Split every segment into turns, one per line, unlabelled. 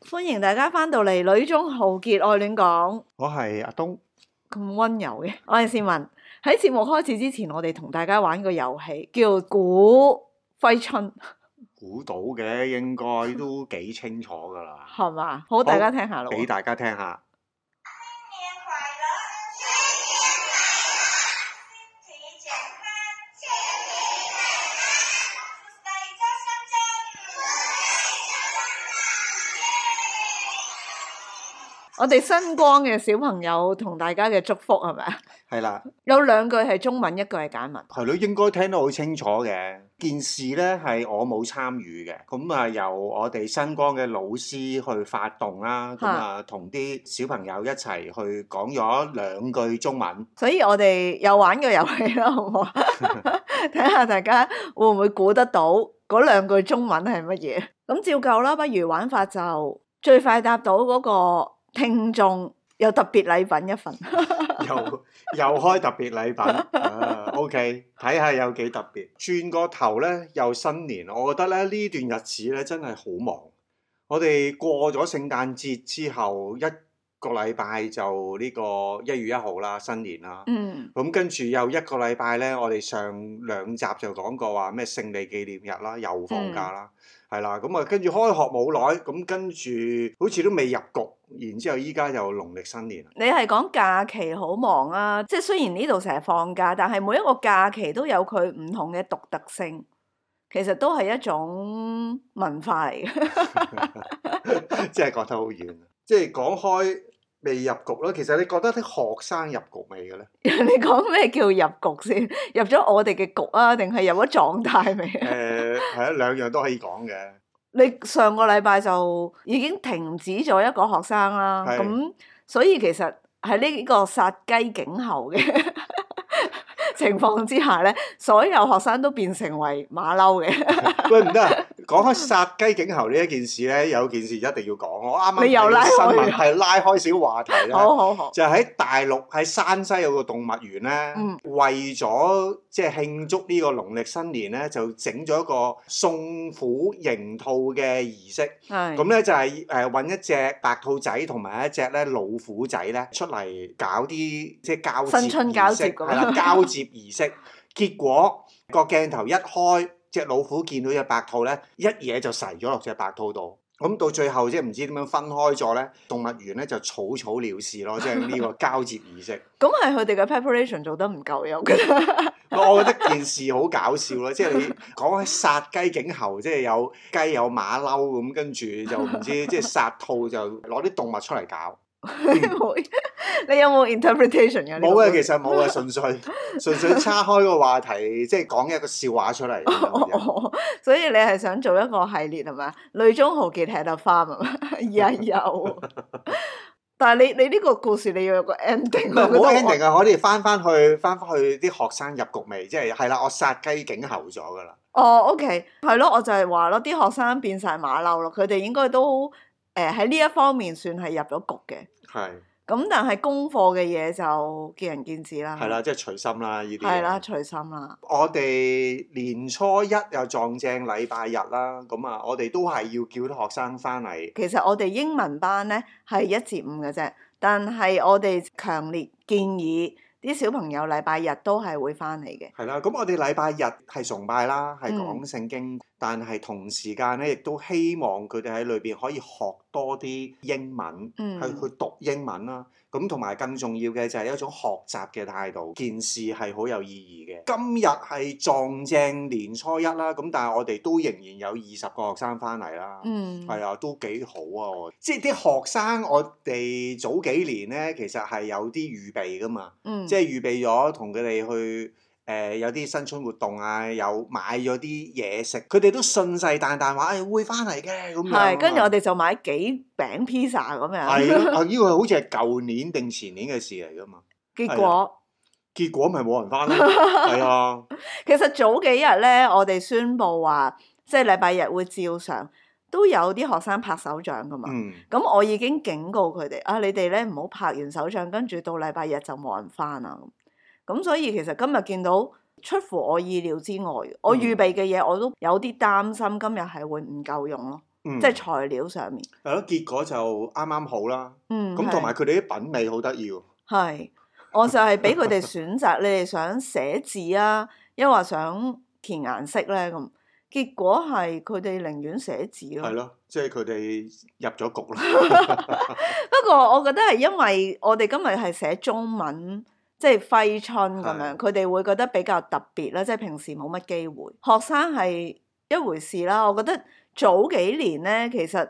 歡迎大家翻到嚟《女中豪傑愛戀講》，
我係阿啊東，
咁温柔嘅，我係善文。喺節目開始之前，我哋同大家玩個遊戲，叫估揮春，
估到嘅應該都幾清楚㗎啦，
係嘛？好，大家聽下咯喎。
俾大家聽下。
新年快樂，新年快樂，身體健康，身體健康，福大家心
我
中，福
哋新光嘅小朋友同大家嘅祝福係咪啊？
係啦，
有兩句係中文，一句係簡文。
係咯，應該聽得好清楚嘅。件事呢係我冇參與嘅，咁啊由我哋新光嘅老師去發動啦，咁啊同啲小朋友一齊去講咗兩句中文。
所以我哋又玩個遊戲啦，好唔好啊？睇下大家會唔會估得到嗰兩句中文係乜嘢？咁照舊啦，不如玩法就最快答到嗰個聽眾有特別禮品一份。
又又開特別禮品啊！OK，睇下有幾特別。轉個頭呢，又新年，我覺得咧呢段日子呢真係好忙。我哋過咗聖誕節之後一個禮拜就呢個一月一號啦，新年啦。
嗯，
咁跟住又一個禮拜呢，我哋上兩集就講過話咩勝利紀念日啦，又放假啦，係啦、咁啊跟住開學冇耐，咁跟住好似都未入局，然之後依家就農曆新年啦。
你係講假期好忙啊？即係雖然呢度成日放假，但係每一個假期都有佢唔同嘅獨特性。其實都係一種文化嚟嘅，
即係覺得好遠。啊即係講開未入局啦，其實你覺得啲學生入局未 嘅咧？
你講咩叫入局先？入咗我哋嘅局啊，定係入咗狀態未啊？
誒係啊，兩樣都可以講嘅。
你上個禮拜就已經停止咗一個學生啦，
係
咁所以其實喺呢個殺雞儆猴嘅 情況之下咧，所有學生都變成為馬騮嘅。
喂，唔得啊！講開殺雞儆猴呢一件事咧，有件事一定要講。我啱啱
你又
睇
拉開
新聞
啊
係拉開少話題啦。
好好好，
就喺大陸喺山西有個動物園咧，
嗯
為咗即係慶祝呢個農曆新年咧，就整咗一個送虎迎兔嘅儀式。
係
咁咧就係誒揾一隻白兔仔同埋一隻咧老虎仔咧出嚟搞啲即係交接
新春交接
儀式
咁
係啦，交接儀式。結果個鏡頭一開，只老虎見到只白兔咧，一嘢就噬咗落只白兔度。咁到最後即係唔知點樣分開咗咧，動物園咧就草草了事咯，即係呢個交接儀式。
咁係佢哋嘅 preparation 做得唔夠優 嘅。
我覺得件事好搞笑咯，即係你講起殺雞儆猴，即係有雞有馬騮咁，跟住就唔 知即係殺兔就攞啲動物出嚟搞。
你有冇 interpretation 嘅？
冇嘅，其實冇嘅，純粹純粹叉開個話題，即係講一個笑話出 嚟咁樣啫。
哦，所以你係想做一個系列係嘛？女中豪傑吃得花係嘛？ 日 有，但係你你呢個故事你要有個 ending，
唔
我覺得
係冇
我
ending 啊！我哋翻翻去翻翻去啲學生入局未？即係係啦，我殺雞儆猴咗㗎啦。
哦，OK，係咯，我就係話咯，啲學生變晒馬騮咯，佢哋應該都誒喺呢一方面算係入咗局嘅。
係
咁但係功課嘅嘢就見仁見智啦。
係啦，，即係隨心啦呢啲。
啊係啦，。隨心啦。
我哋年初一又撞正禮拜日啦，咁啊，我哋都係要叫啲學生翻嚟。
其實我哋英文班咧係一至五嘅啫，但係我哋強烈建議啲小朋友禮拜日都係會翻嚟嘅。
係啦，咁我哋禮拜日係崇拜啦，係
嗯
講聖經，但係同時間咧，亦都希望佢哋喺裏邊可以學多啲英文，
嗯
去去讀英文啦。咁同埋更重要嘅就係一種學習嘅態度，件事係好有意義嘅。今日係撞正年初一啦，咁但係我哋都仍然有二十個學生翻嚟啦。
嗯，
係啊，都幾好啊！我即係啲學生，我哋早幾年咧，其實係有啲預備噶嘛。
嗯，
即
係
係預備咗同佢哋去誒、呃有啲新春活動啊，有買咗啲嘢食，佢哋都信誓旦旦話哎誒會翻嚟嘅咁樣啊。
係，跟住我哋就買幾餅 pizza 咁
係
樣，
咯，啊呢個好似係舊年定前年嘅事嚟噶嘛，啊
結果。
結果咪冇人翻咯，係啊，
其實早幾日咧，我哋宣布話，即係禮拜日會照常，都有啲學生拍手掌噶嘛。
嗯，
咁、我已經警告佢哋啊，你哋咧唔好拍完手掌，跟住到禮拜日就冇人翻啦。咁咁所以其實今日見到出
嗯
乎我意料之外，我預備嘅嘢我都有啲擔心，今日係會唔夠用咯。
嗯
即係材料上面。
係咯，結果就啱啱好啦。
嗯，
咁
係
同埋佢哋啲品味好得意喎。
係，我就係俾佢哋選擇，你哋想寫字啊，抑或想填顏色咧咁。結果係佢哋寧願寫字
係
咯。
咯，即係佢哋入咗局啦。
不過我覺得係因為我哋今日係寫中文，即係揮春咁
係
樣，佢哋會覺得比較特別啦，即係平時冇乜機會。學生係一回事啦，我覺得早幾年咧，其實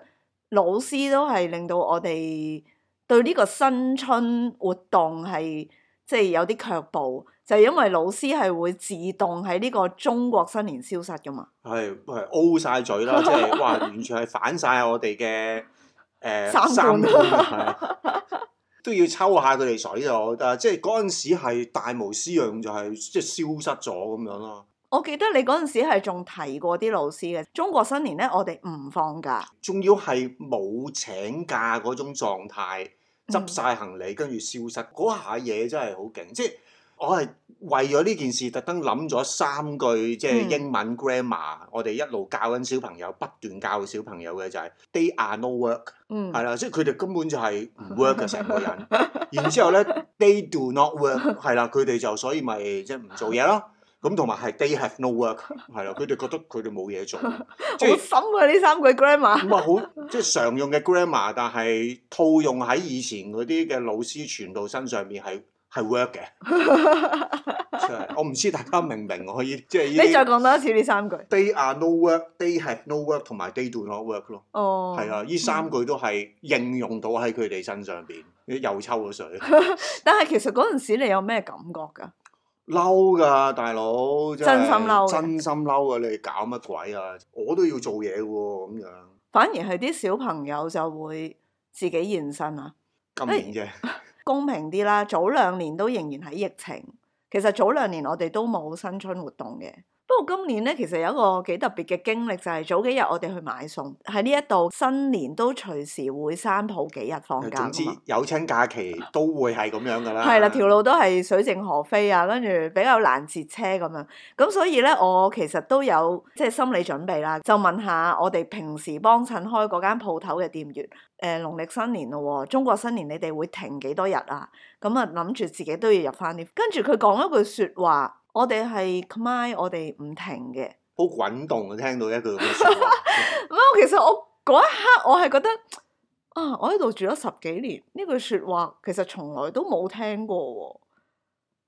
老師都係令到我哋對呢個新春活動係即係有啲卻步，就係因為老師係會自動喺呢個中國新年消失噶嘛。
係係 O 晒嘴啦，即 係哇，完全係反晒我哋嘅誒
三觀
觀啊係都要抽下佢哋水啊！我覺得，即係嗰陣時係大無私樣，就係即係消失咗咁樣咯。
我記得你嗰陣時係仲提過啲老師嘅，中國新年咧，我哋唔放假。
仲要係冇請假嗰種狀態，
嗯
執晒行李跟住消失，嗰下嘢真係好勁！即係我係為咗呢件事特登諗咗三句即係
嗯
英文 grammar，、我哋一路教緊小朋友，不斷教小朋友嘅就係、they are no work。
嗯，
係啦，即係佢哋根本就係 唔 work 嘅成個人。然之後咧，they do not work 係啦，佢哋就所以咪即係唔做嘢咯。咁同埋係 they have no work 係啦，佢哋覺得佢哋冇 嘢做，即
好
係
深啊！呢三句 grammar，
咁啊好即係常用嘅 grammar，但係套用喺以前嗰啲嘅老師傳道身上面係係 work 嘅。 真係我唔知大家明唔明我可以即係
你
呢
再
啲
講多一次呢三句。
they are no work，they have no work 同埋 they do not work 咯。
哦，
係啊，呢三句都係應用到喺佢哋身上邊，又抽咗 水，
但係其實嗰陣時你有咩感覺㗎？
嬲㗎大佬，係
真心嬲嘅
真心嬲啊！你哋搞乜鬼啊？我都要做嘢喎，咁樣
反而係啲小朋友就會自己現身啊，
今年嘅
公平啲啦。早兩年都仍然喺疫情，其實早兩年我哋都冇新春活動嘅。不過今年咧，其實有一個幾特別嘅經歷，就係、早幾日我哋去買餸，喺呢一度新年都隨時會三抱幾日放假
總之
㗎嘛。
有親假期都會係咁樣㗎啦。
係啦，條路都係水靜河飛啊，跟住比較難截車咁樣。咁所以咧，我其實都有即係心理準備啦，就問下我哋平時幫襯開嗰間鋪頭嘅店員，誒、農曆新年咯喎，中國新年你哋會停幾多日啊？咁啊諗住自己都要入翻啲。跟住佢講一句説話，我哋係 c o m e 我哋唔停嘅。
好滾動啊！聽到一句咁嘅説 話，
咁我其實我嗰一刻我係覺得啊，我喺度住咗十幾年，呢句説話其實從來都冇聽過喎。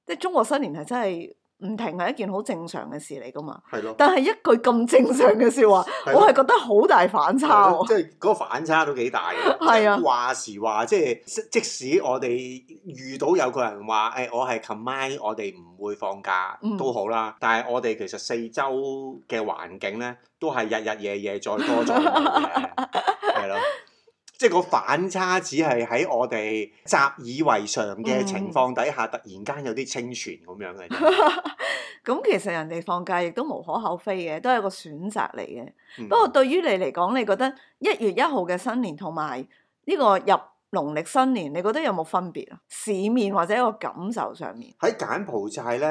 即係中國新年係真係唔停係一件好正常嘅事嚟噶嘛。
係咯，
但係一句咁正常嘅説話，
係
我
咯
係覺得好大反差
係咯
喎。
即係嗰個反差都幾大嘅。
係啊
話時話，即係即即使我哋遇到有個人話，誒、我係 combine，我哋唔會放假、
嗯
都好啦。但係我哋其實四周嘅環境咧，都係日日夜夜再多再忙嘅，係咯。即係個反差只係喺我哋習以為常嘅
嗯
情況底下，突然間有啲清泉咁樣嘅 啫。
咁其實人哋放假亦都無可厚非嘅，都係一個選擇嚟嘅。
嗯
不過對於你嚟講，你覺得一月一號嘅新年同埋呢個入農曆新年，你覺得有冇分別啊？市面或者一個感受上面？
喺柬埔寨咧，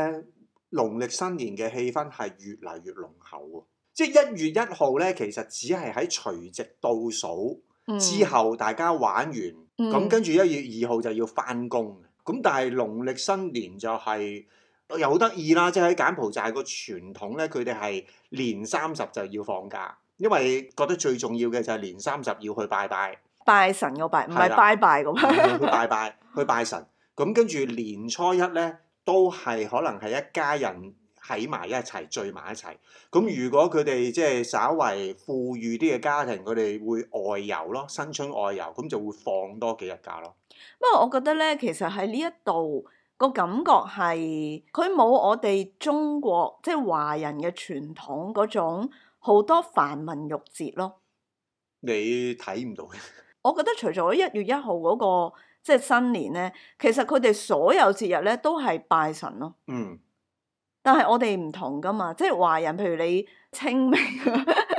農曆新年嘅氣氛係越嚟越濃厚喎。即係一月一號咧，其實只係喺除夕倒數
嗯
之後，大家玩完，咁、
嗯
跟住一月二號就要翻工。咁但係農曆新年就係、又好得意啦，即係喺柬埔寨個傳統咧，佢哋係年三十就要放假，因為覺得最重要嘅就係年三十要去拜拜。
拜神個拜，唔
係
係
啦
拜拜個拜。
去拜拜，去拜神。咁跟住年初一咧，都係可能係一家人喺埋一齊聚埋一齊。咁如果佢哋即係稍為富裕啲嘅家庭，佢哋會外遊咯，新春外遊，咁就會放多幾日假咯。
不過我覺得咧，其實喺呢一度個感覺係佢冇我哋中國即係華人嘅傳統嗰種好多繁文縟節咯。
你睇唔到嘅，
我覺得除咗一月一號嗰、個即係新年咧，其實佢哋所有節日咧都係拜神咯。
嗯，
但係我哋唔同噶嘛，即係華人，譬如你清明、啊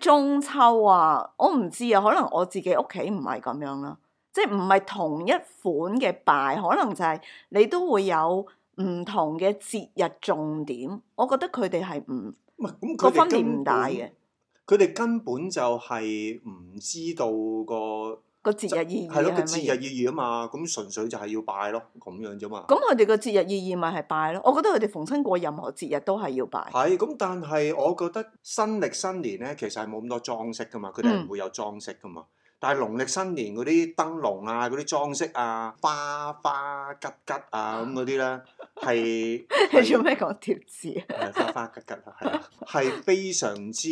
中秋啊，我唔知啊，可能我自己屋企唔係咁樣啦，即係唔係同一款嘅拜，可能就係你都會有唔同嘅節日重點。我覺得佢哋係唔
咁佢
個
哋
分別
根
唔大
本
嘅。
佢哋根本就係唔知道個
個節日意義
係咯個
係
節
乜
日
嘢？
意義啊嘛，咁純粹就係要拜咯，咁樣啫嘛。
咁佢哋個節日意義咪係拜咯？我覺得佢哋逢親過任何節日都係要拜。
係咁，但係我覺得新歷新年咧，其實係冇咁多裝飾噶嘛，佢哋
嗯
係唔會有裝飾噶嘛。但係農曆新年嗰啲燈籠啊、嗰啲裝飾啊、花花吉吉啊咁嗰啲咧， 係
你做咩講貼紙啊？
係花花吉吉啊，係啊，係非常之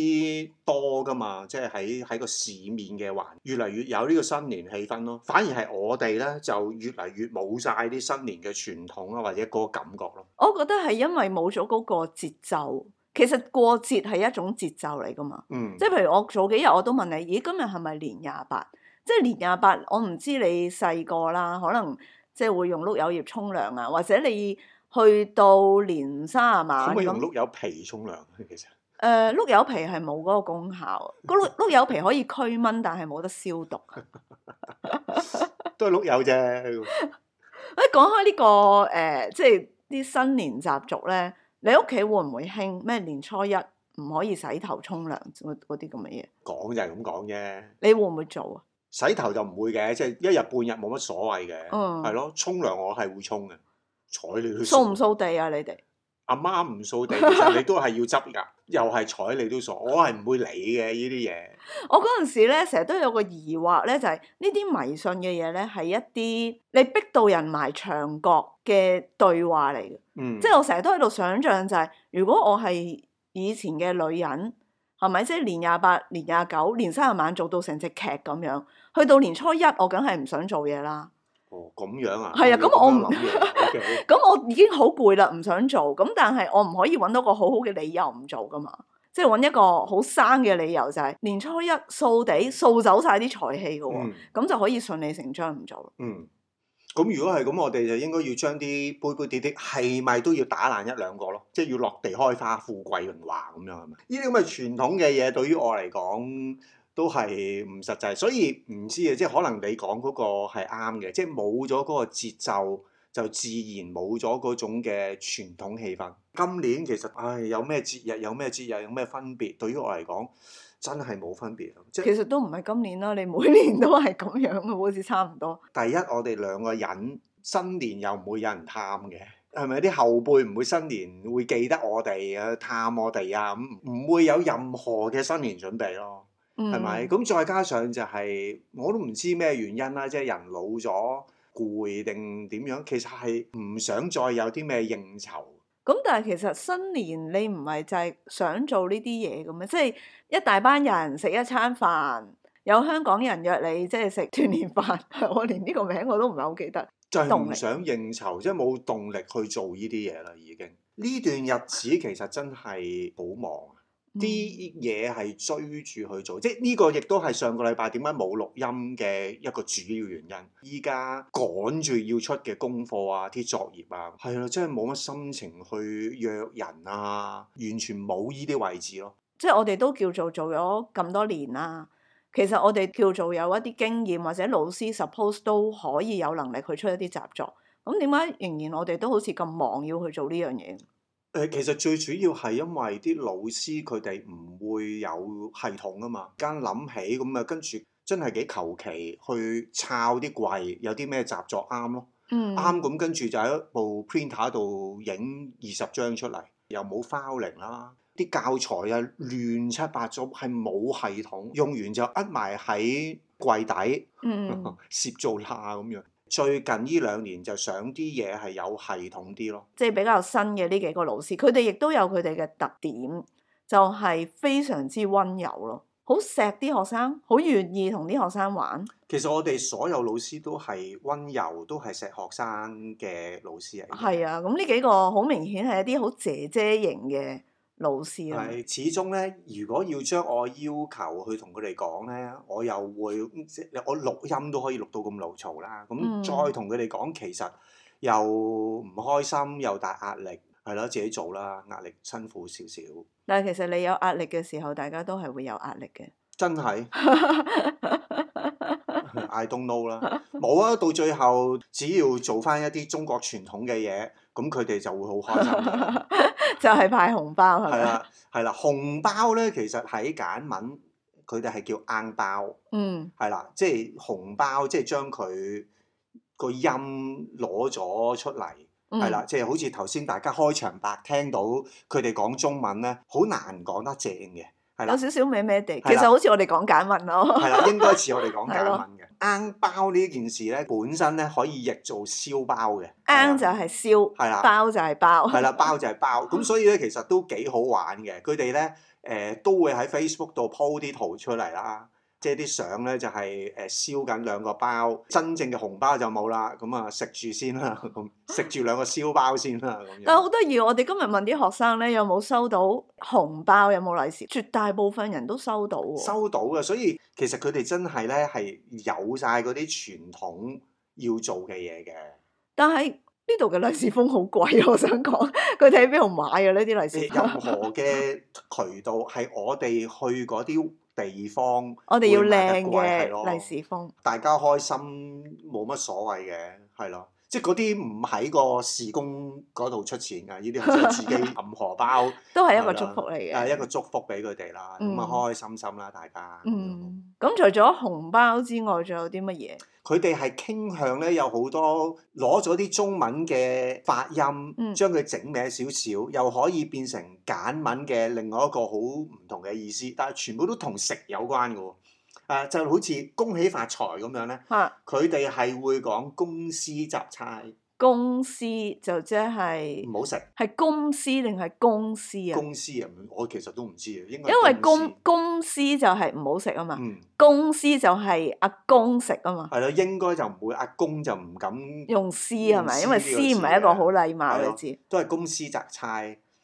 多噶嘛，即係喺喺個市面嘅環，越嚟越有呢個新年氣氛咯。反而係我哋咧就越嚟越冇晒啲新年嘅傳統啊，或者嗰個感覺咯。
我覺得係因為冇咗嗰個節奏。其實過節係一種節奏嚟噶嘛。
嗯，
即係譬如我早幾日我都問你，咦今日係咪年廿八？即係年廿八，我唔知你細個啦，可能即係會用碌柚葉沖涼啊，或者你去到年卅
可
晚
唔可以用
咁。
碌柚皮沖涼啊？其實？
誒、碌柚皮係冇嗰個功效，個碌碌柚皮可以驅蚊，但係冇得消毒。啊
都係碌柚啫。
喂，講開呢、個誒、即係啲新年習俗咧，你屋企會唔會興咩年初一唔可以洗頭沖涼嗰嗰啲咁嘅嘢？
講就係咁講啫，
你會唔會做啊？
洗頭就唔會嘅，即係一日半日冇乜所謂嘅，
嗯
係咯、沖涼我係會沖嘅，睬你都
掃唔？掃地啊？你哋
阿媽唔掃地，其實你都係要執噶， 又係睬你都傻，我係唔會理嘅呢啲嘢。
我嗰陣時咧，成日都有個疑惑咧，就係呢啲迷信嘅嘢咧，係一啲你逼到人埋牆角嘅對話嚟嘅。
嗯，
即係我成日都喺度想像就係、如果我係以前嘅女人，係咪即係年廿八、年廿九、年三十晚做到成隻劇咁樣，去到年初一我梗係唔想做嘢啦。
哦咁樣啊，
係啊咁我唔
你咁樣諗嘢 OK
咁我已經好攰啦，唔想做。咁但係我唔可以揾到個好好嘅理由唔做噶嘛，即係揾一個好生嘅理由就係、年初一掃地掃走晒啲財氣嘅喎，
嗯
咁、就可以順理成章唔做。
嗯，咁如果係咁，我哋就應該要將啲杯杯碟碟係咪都要打爛一兩個咯，即係要落地開花、富貴榮華咁樣係咪？呢啲咁嘅傳統嘅嘢對於我嚟講都係唔實際，所以唔知啊，即係可能你講嗰個係啱嘅，即係冇咗嗰個節奏。就自然冇咗嗰種嘅傳統氣氛。今年其實，唉，有咩節日，有咩節日，有咩分別？對於我嚟講，真係冇分別。即係
其實都唔係今年啦，你每年都係咁樣嘅，好似差唔多。
第一，我哋兩個人新年又唔會有人探嘅，係咪啲後輩唔會新年會記得我哋啊探我哋啊？咁唔會有任何嘅新年準備咯，係
係
咪？？咁再加上就係、我都唔知咩原因啦，即係人老咗攰定點樣，其實係唔想再有啲咩應酬。
咁但係其實新年你唔係就係想做呢啲嘢嘅咩？即係一大班人食一餐飯，有香港人約你即係食團年飯， 我連呢個名我都唔係好記得。
就係
動
唔
力
想應酬，即係冇動力去做呢啲嘢啦，已經。呢段日子其實真係好忙啊。
嗯
啲嘢係追住去做，即係呢個亦都係上個禮拜點解冇錄音嘅一個主要原因。依家趕住要出嘅功課啊、啲作業啊，係咯，真係冇乜心情去約人啊，完全冇呢啲位置咯。
即係我哋都叫做做咗咁多年啦。其實我哋叫做有一啲經驗，或者老師 suppose 都可以有能力去出一啲習作。咁點解仍然我哋都好似咁忙要去做呢樣嘢？
誒、其實最主要係因為啲老師佢哋唔會有系統啊嘛，間諗起咁啊，跟住真係幾求其去抄啲櫃，有啲咩習作啱咯。
嗯
啱咁，跟住就喺部 printer 度影二十張出嚟，又冇 filing 啦，啲教材啊亂七八糟，係冇系統，用完就呃埋喺櫃底，
嗯
攝做罅咁樣。最近呢兩年就想啲嘢係有系統啲咯，
即係比較新嘅呢幾個老師，佢哋亦都有佢哋嘅特點，就係、非常之温柔咯，好錫啲學生，好願意同啲學生玩。
其實我哋所有老師都係温柔，都係錫學生嘅老師嚟嘅。
係啊，咁呢幾個好明顯係一啲好姐姐型嘅老師啦。
係，始終咧，如果要將我要求去同佢哋講咧，我又會即係我錄音都可以錄到咁老嘈啦。咁
嗯
再同佢哋講，其實又唔開心，又大壓力，係咯，自己做啦，壓力辛苦少少，
但係其實你有壓力嘅時候，大家都係會有壓力嘅。
真係 I don't know 啦。冇啊，到最後只要做翻一啲中國傳統嘅嘢，咁佢哋就會好開心㗎啦。
就係派紅包係
係
咪？
啦，係啦，紅包咧其實喺簡文佢哋係叫硬包，
嗯
係啦，即係紅包，即係將佢個音攞咗出嚟，
嗯，
係啦，即係好似頭先大家開場白聽到佢哋講中文咧，好難講得正嘅，係啦
有。少少咩咩地，
係
其
啦
實好似我哋講簡文咯。
係啦，應該似我哋 講
係
簡
咯
文嘅。硬包呢件事咧，本身咧可以譯做燒包嘅。係啦
啱就係燒，
係啦
包就係包。
係啦，包就係包，
嗯
咁所以咧其實都幾好玩嘅。佢哋咧誒都會喺 Facebook 度 po 啲圖出嚟啦，即係啲相咧就係呃誒燒緊兩個包，真正嘅紅包就冇啦，咁啊食住先啦，咁食住兩個燒包先啦，咁
但係好
樣。
得意，我哋今日問啲學生咧，有冇收到紅包，有冇利是？絕大部分人都收到喎。
收到嘅，所以其實佢哋真係咧係有晒嗰啲傳統要做嘅嘢嘅。
但係呢度嘅利是封好貴，我想講， 佢哋喺邊度買啊嘅呢啲利是
誒任
封？
何嘅渠道係我哋去嗰啲地方，
我哋要
會賣得
靚
貴係咯
嘅利是封，
大家開心冇乜所謂嘅，係咯。即係嗰啲唔喺個事工嗰度出錢㗎，呢啲係真係 自己揼荷包，
都係一個
係啦
祝福嚟
誒
嘅。
一個祝福俾佢哋啦，咁啊
嗯
開開心心啦，大家。
嗯，咁除咗紅包之外，仲有啲乜嘢？
佢哋係傾向咧，有好多攞咗啲中文嘅發音，
嗯
將佢整歪少少，又可以變成簡文嘅另外一個好唔同嘅意思，但係全部都同食有關嘅喎。啊，就好似恭喜發財咁樣咧，
嚇，
佢哋係會講公司雜差，
公司就即係
唔好食
係公司定係公司啊？
嗯公司啊！唔我其實都唔知啊，應該
因為
係
公
司
公司就係唔好食啊嘛，
嗯
公司就係阿公食啊嘛，
係啦，應該就唔會阿公就唔敢，
用私係咪？
用
因為
私
私
呢個字
唔係一個好禮貌，
係咯
你知
都係公司雜差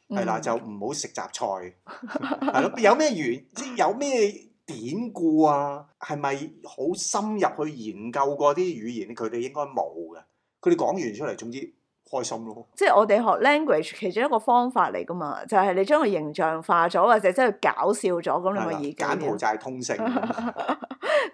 係啦，
嗯
就唔好食雜菜係咯。有咩原即係有咩典故啊？係咪好深入去研究過啲語言？佢哋應該冇嘅。佢哋講完出嚟，總之開心咯。
即係我哋學 language 其中一個方法嚟噶嘛，就係、你將佢形象化咗，或者將佢搞笑咗，咁
係啦
你咪易搞
柬埔
嘢。
寨通勝咁，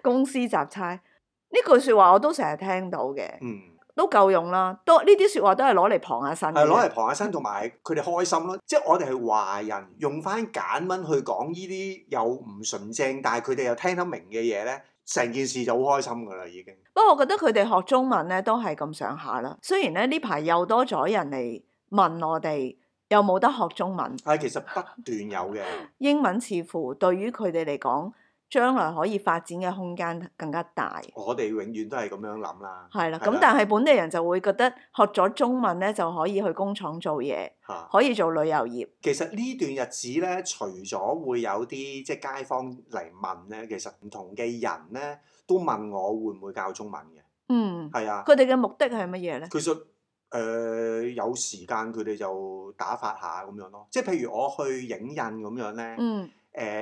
公司雜差呢句説話我都成日聽到嘅，
嗯，
都夠用啦。都呢啲説話都係啊攞嚟傍下身嘅
係攞嚟傍下身，同埋佢哋開心咯。即係我哋係華人，用翻簡文去講呢啲又唔純正，但係佢哋又聽得明嘅嘢咧，成件事就好開心噶啦，已經。
不過我覺得佢哋學中文咧都係咁上下啦。雖然咧呢排又多咗人嚟問我哋有冇得學中文，
係其實不斷有嘅，
英文似乎對於佢哋嚟講，將來可以發展嘅空間更加大。
我哋永遠都係咁樣諗啦。
係啦，咁但係本地人就會覺得學咗中文咧就可以去工廠做嘢，
嚇，
可以做旅遊業。
其實呢段日子咧，除咗會有啲即係街坊嚟問咧，其實唔同嘅人咧都問我會唔會教中文嘅，
嗯，
係啊。
佢哋嘅目的係乜嘢咧？
其實誒、呃有時間佢哋就打發下咁樣咯，即係譬如我去影印咁樣咧，誒、
嗯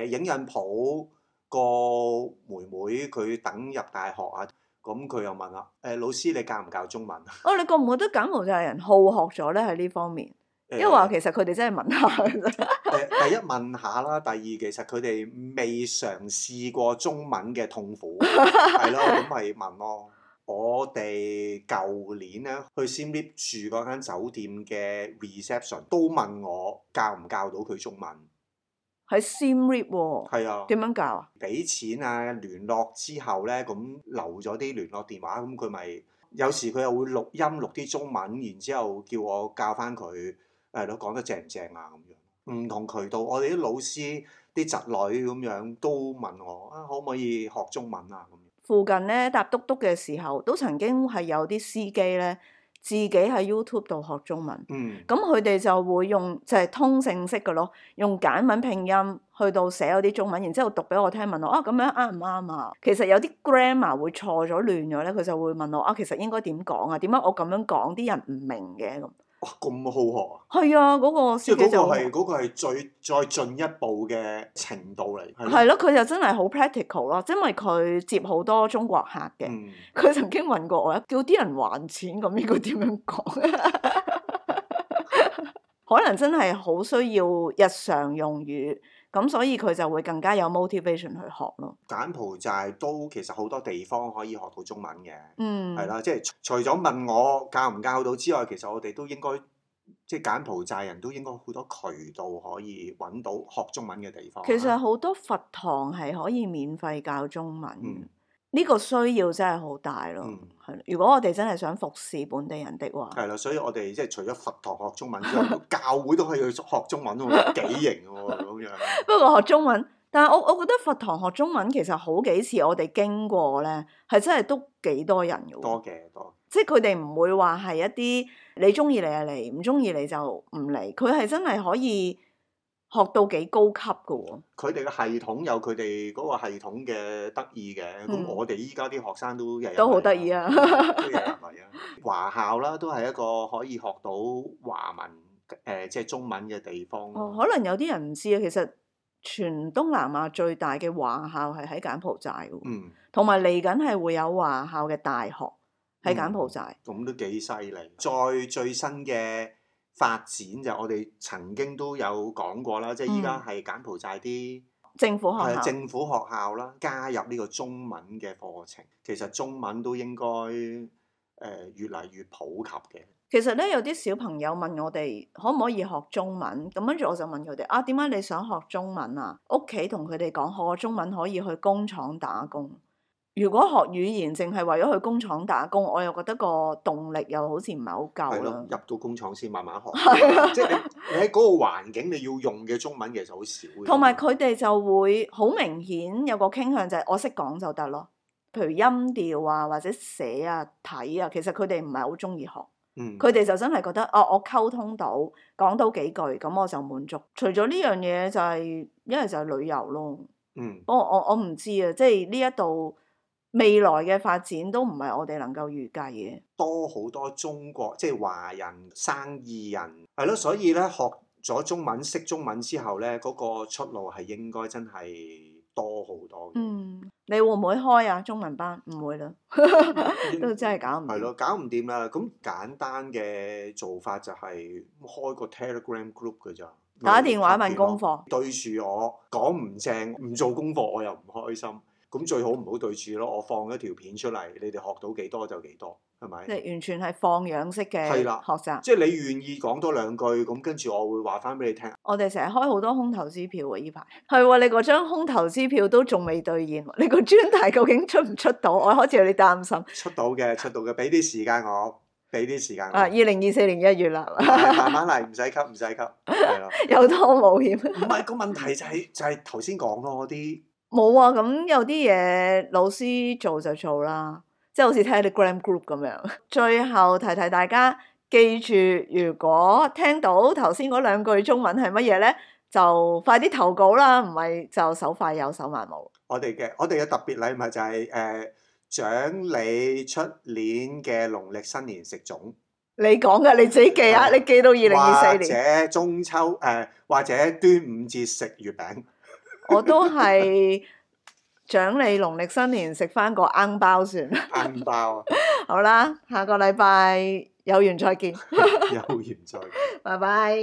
影印鋪個妹妹佢等入大學啊，咁佢又問啦，誒、老師你教唔教中文啊？
哦，你覺唔覺得柬埔寨人好學咗咧喺呢方面？因為
誒
話其實佢哋真係問下嘅啫。
誒第一問下啦，第二其實佢哋未嘗試過中文嘅痛苦，係咯，咁咪問咯。我哋舊年咧去 Siem Reap 住嗰間酒店嘅 reception 都問我教唔教到佢中文，
喺 Sim Reap 喎，
係啊，
點樣教啊？
俾錢啊聯絡之後咧，咁留咗啲聯絡電話，咁佢咪有時佢又會錄音錄啲中文，然之後叫我教翻佢誒咯，講得正唔正啊咁樣。唔同渠道，我哋啲老師、啲侄女咁樣都問我啊，可唔可以學中文啊咁樣。
附近咧搭嘟嘟嘅時候，都曾經係有啲司機咧自己喺 YouTube 度學中文。
嗯，
咁佢哋就會用就係、通勝式嘅咯，用簡文拼音去到寫嗰啲中文，然之後讀俾我聽，問我啊咁樣啱唔啱啊？其實有啲 grammar 會錯咗亂咗咧，佢就會問我啊，其實應該點講啊？點解我咁樣講啲人唔明嘅咁？
哇，咁好學啊！
係啊，嗰、個
即
司
係
機
嗰個
就
係嗰、個係最再進一步嘅程度嚟，係
係咯，佢就真係好 practical 咯，因為佢接好多中國客嘅。
嗯，
佢曾經問過我，叫啲人還錢，咁應該點樣講？ 可能真係好需要日常用語，咁所以佢就會更加有 motivation 去學咯。
柬埔寨都其實好多地方可以學到中文嘅，
嗯，
係，啦，即係除除咗問我教唔教到之外，其實我哋都應該即係柬埔寨人都應該好多渠道可以揾到學中文嘅地方啊。
其實好多佛堂係可以免費教中文嘅
嗯，
呢、個需要真係好大咯。
嗯
係咯如果我哋真係想服侍本地人的話，
係啦，所以我哋即係除咗佛堂學中文之外， 教會都可以去學中文喎，幾型喎咁樣。
不過學中文，但係我我覺得佛堂學中文其實好幾次我哋經過咧，係真係都幾多人嘅喎。
多嘅多，
即係佢哋唔會話係一啲你中意你就嚟，唔中意你就唔嚟。佢係真係可以學到幾高級嘅喎。
佢哋嘅系統有佢哋嗰個系統嘅得意嘅，咁、
嗯
我哋依家啲學生都日日
都好
嚟
得意啊
都日日嚟啊！華校啦，都係一個可以學到華文誒、呃即係中文嘅地方咯。
哦，可能有啲人唔知啊，其實全東南亞最大嘅華校係喺柬埔寨嘅喎，
嗯，
同埋嚟緊係會有華校嘅大學喺柬
嗯
埔寨。
咁都幾犀利。再最新嘅發展就我哋曾經都有講過啦，即係依家係柬埔寨啲。
政府嗯學校
係啊政府學校啦，加入呢個中文嘅課程，其實中文都應該誒、呃越嚟越普及嘅。
其實咧，有啲小朋友問我哋可唔可以學中文，咁跟住我就問佢哋啊，點解你想學中文啊？屋企同佢哋講，學中文可以去工廠打工。如果學語言淨係為咗去工廠打工，我又覺得個動力又好似唔係好
係
夠
咯
啦，。
入到工廠先慢慢學， 即係你你喺嗰個環境你要用嘅中文其實好少嘅。
同埋佢哋就會好明顯有個傾向就係我識講就得咯，譬如音調啊或者寫啊睇啊，其實佢哋唔係好中意學。
嗯，
佢哋就真係覺得哦，我溝通到講到幾句，咁我就滿足。除咗呢樣嘢就係、一係就係旅遊咯。
嗯
不過我我唔知啊，即係呢一度未來嘅發展都唔係我哋能夠預計嘅。
多好多中國即係華人生意人係咯，所以咧學咗中文識中文之後咧，嗰、個出路係應該真係多好多嘅。
嗯，你會唔會開啊中文班？唔會啦， 都真係搞唔
嗯係
掂。
咯，搞唔掂啦。咁簡單嘅做法就係開個 Telegram group 嘅咋，
打電話問功課。
對住我講唔正，唔做功課我又唔開心。咁最好唔好對住咯。我放一條片出嚟，你哋學到幾多就幾多，係
即
咪？
係完全係放養式嘅
係啦
學習。
即係你願意講多兩句，咁跟住我會話翻俾你聽。
我哋成日開好多空頭支票喎，依排係喎，你嗰張空頭支票都仲未兌現喎，你個專題究竟出唔出到？我開始有啲擔心。
出到 嘅，出到嘅，俾啲時間我，俾啲時間我。
啊！二零二四年一月啦，
慢慢嚟，唔使急，唔使急，係咯。
有拖冇險。
唔係個問題就係、就係頭先講咯，啲
冇啊，咁有啲嘢老師做就做啦，即係好似 Telegram group 咁樣。最後提提大家，記住如果聽到頭先嗰兩句中文係乜嘢咧，就快啲投稿啦，唔係就手快有手慢冇。
我哋嘅我哋嘅特別禮物就係、誒、獎你出年嘅農曆新年食粽，
你講嘅你自己記啊，你
係
記到二零二四年，
或者中秋誒、呃或者端午節食月餅，
我都係獎你農曆新年食翻個硬包算啦。
硬包啊，
好啦，下個禮拜有緣再見，
有緣再見。
拜拜。